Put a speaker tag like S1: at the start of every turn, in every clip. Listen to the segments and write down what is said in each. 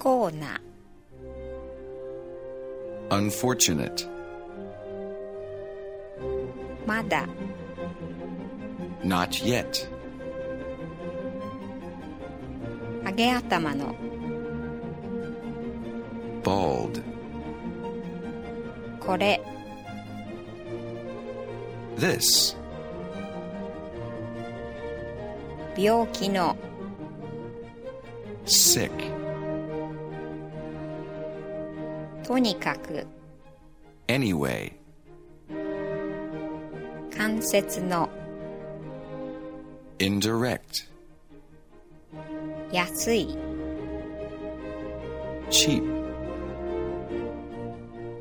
S1: 幸な
S2: unfortunate,
S1: まだ
S2: not yet,
S1: 上げ頭の
S2: bald,
S1: これ
S2: this,
S1: 病気の
S2: sick,
S1: とにかく
S2: anyway,
S1: 関節の
S2: indirect,
S1: 安い
S2: cheap,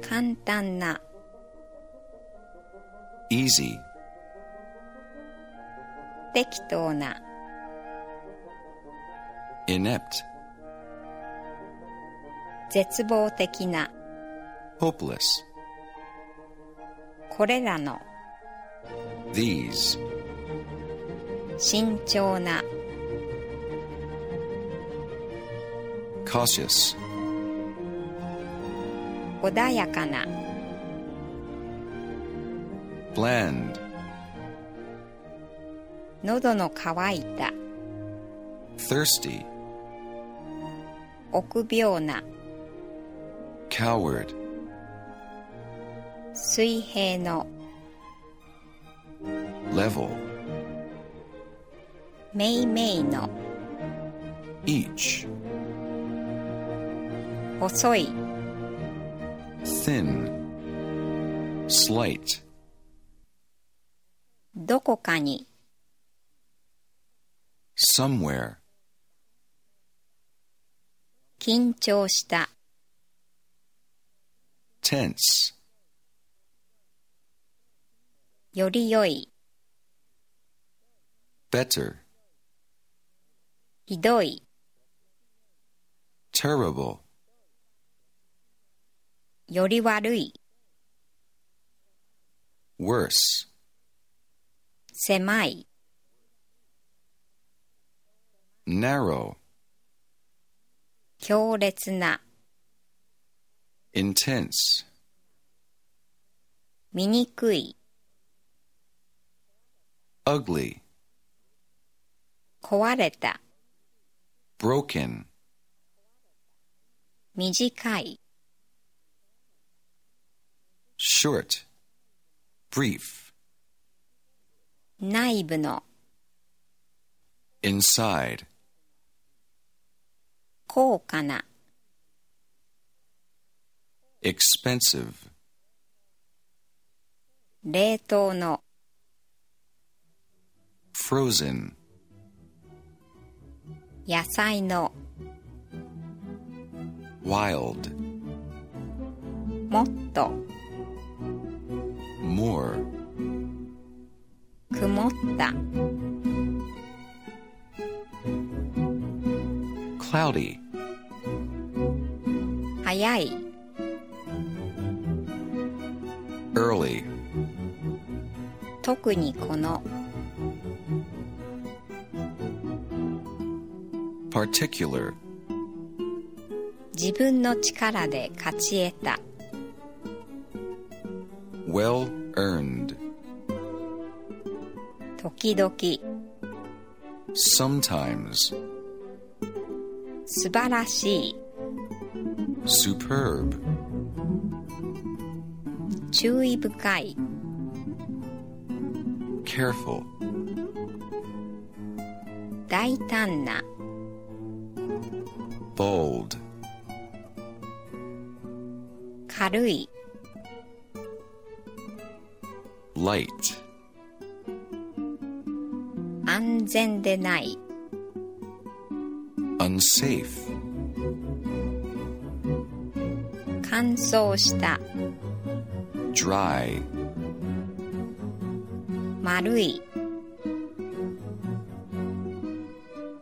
S1: 簡単な
S2: easy,
S1: 適当な
S2: inept,
S1: 絶望的な
S2: hopeless,
S1: これらの
S2: these,
S1: 慎重な
S2: cautious,
S1: 穏やかな
S2: bland,
S1: 喉の渇いた
S2: thirsty,
S1: 臆病な
S2: coward,
S1: 水平の
S2: level,
S1: めいめいの
S2: each,
S1: 細い
S2: thin, slight,
S1: どこかに
S2: somewhere,
S1: 緊張した
S2: tense,
S1: より良い
S2: better,
S1: ひどい
S2: terrible,
S1: より悪い
S2: worse,
S1: 狭い
S2: narrow,
S1: 強烈な
S2: intense,
S1: 醜い
S2: ugly,
S1: 壊れた
S2: broken,
S1: 短い
S2: short, brief,
S1: 内部の
S2: inside,
S1: 高価な
S2: expensive,
S1: 冷凍の
S2: frozen,
S1: 野菜の
S2: wild,
S1: もっと
S2: more,
S1: 曇った。
S2: cloudy,
S1: 早い
S2: early,
S1: 特にこの
S2: particular,
S1: 自分の力で勝ち得た
S2: well earned,
S1: 時々
S2: sometimes,
S1: 素晴らしい
S2: superb,
S1: 注意深い
S2: careful,
S1: 大胆な
S2: bold,
S1: 軽い
S2: light,
S1: 安全でない
S2: unsafe,
S1: 乾燥した
S2: dry,
S1: 丸い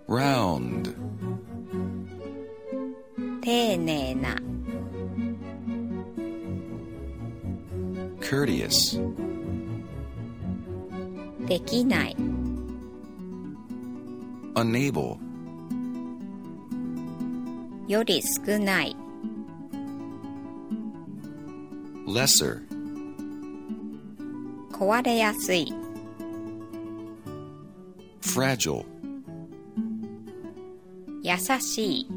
S2: round,
S1: 丁寧な
S2: courteous,
S1: できない
S2: unable,
S1: より少ない、
S2: lesser,
S1: 壊れやすい、
S2: fragile,
S1: 優しい、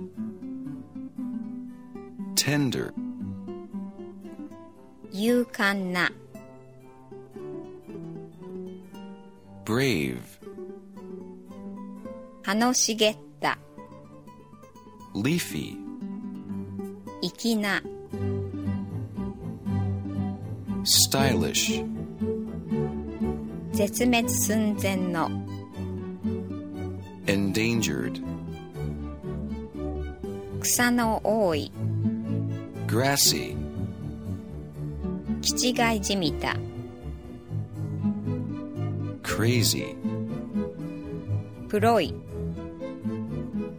S2: tender,
S1: 勇敢な、
S2: brave,
S1: 葉の茂った、
S2: leafy,
S1: 粋な、
S2: stylish,
S1: 絶滅寸前の、
S2: endangered,
S1: 草の多い、
S2: grassy,
S1: 気違いじみた、
S2: crazy,
S1: 黒い、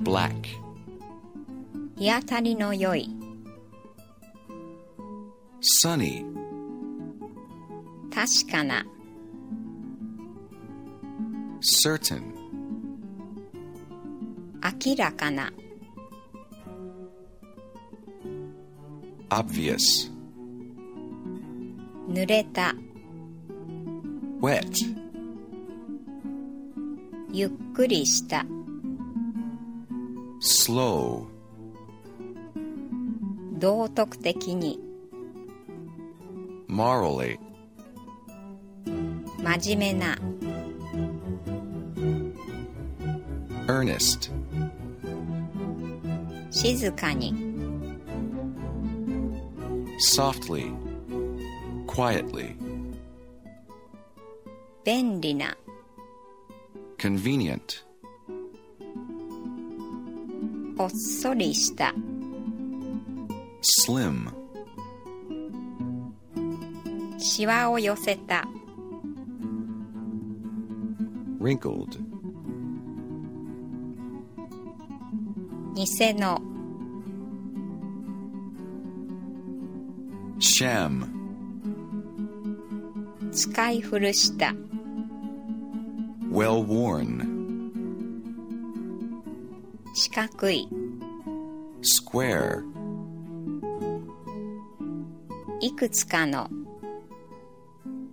S2: black,
S1: 日当たりの良い、
S2: sunny,
S1: 確かな、
S2: certain,
S1: 明らかな、
S2: obvious,
S1: 濡れた、
S2: wet,
S1: ゆっくりした、
S2: slow,
S1: 道徳的に、
S2: morally,
S1: 真面目な、
S2: earnest,
S1: 静かに、
S2: softly, quietly,
S1: 便利な、
S2: convenient,
S1: ほっそりした、
S2: slim,
S1: シワを寄せた、
S2: wrinkled,
S1: 偽の、
S2: sham,
S1: 使い古した、
S2: well worn,
S1: 四角い、
S2: square,
S1: いくつかの、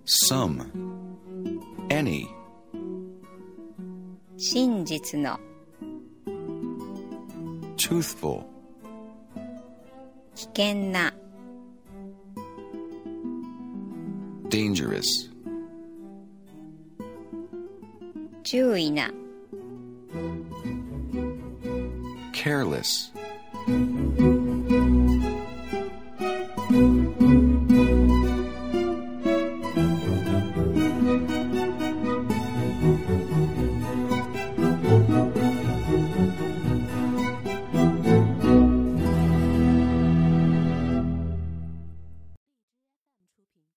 S2: some, any,
S1: 真実の、
S2: truthful,
S1: 危険な、
S2: dangerous,
S1: 注意な、
S2: careless,